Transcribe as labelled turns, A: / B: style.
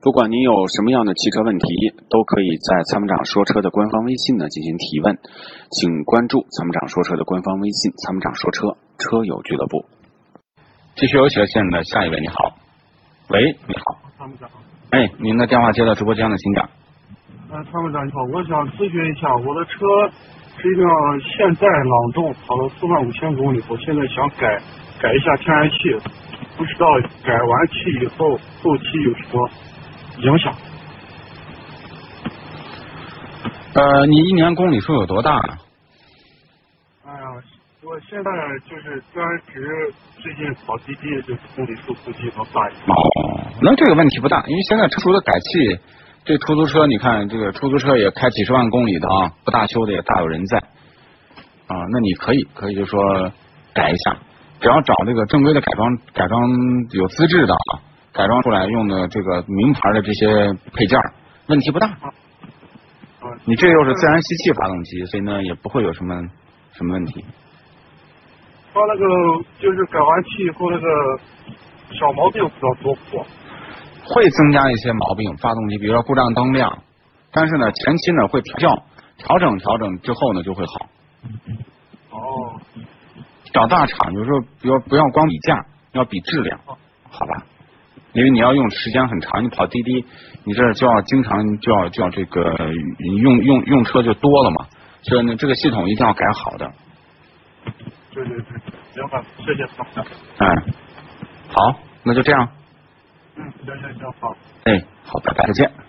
A: 不管您有什么样的汽车问题，都可以在参谋长说车的官方微信呢进行提问，请关注参谋长说车的官方微信“参谋长说车车友俱乐部”。继续有请线的下一位，你好，喂，你好，
B: 参谋长，
A: 哎，您的电话接到直播间了，请讲。
B: 呃，参谋长你好，我想咨询一下，我的车是一辆现代朗动，跑了四万五千公里，我现在想改改一下天然气，不知道改完气以后后期有什么影响？
A: 呃，你一年公里数有多大啊？
B: 哎呀，我现在就是虽然值最近跑滴滴，就是公里数估计能大一点。
A: 哦，那这个问题不大，因为现在车除了改气，这出租车你看，这个出租车也开几十万公里的啊，不大修的也大有人在啊。那你可以可以就说改一下，只要找这个正规的改装改装有资质的啊，改装出来用的这个名牌的这些配件儿，问题不大。
B: 啊，
A: 你这又是自然吸气发动机，所以呢也不会有什么什么问题。
B: 它那个就是改完气以后那个小毛病不知道多不多？
A: 会增加一些毛病，发动机比如说故障灯亮，但是呢前期呢会调校调整调整之后呢就会好。
B: 哦，
A: 找大厂有时候不要不要光比价，要比质量，好吧？因为你要用时间很长，你跑滴滴，你这就要经常就要就要这个用用用车就多了嘛，所以呢这个系统一定要改好的，
B: 对对对，明白了，谢谢参谋长。
A: 哎，好，那就这样，
B: 嗯，行行行，好。
A: 哎，好，拜拜，再见。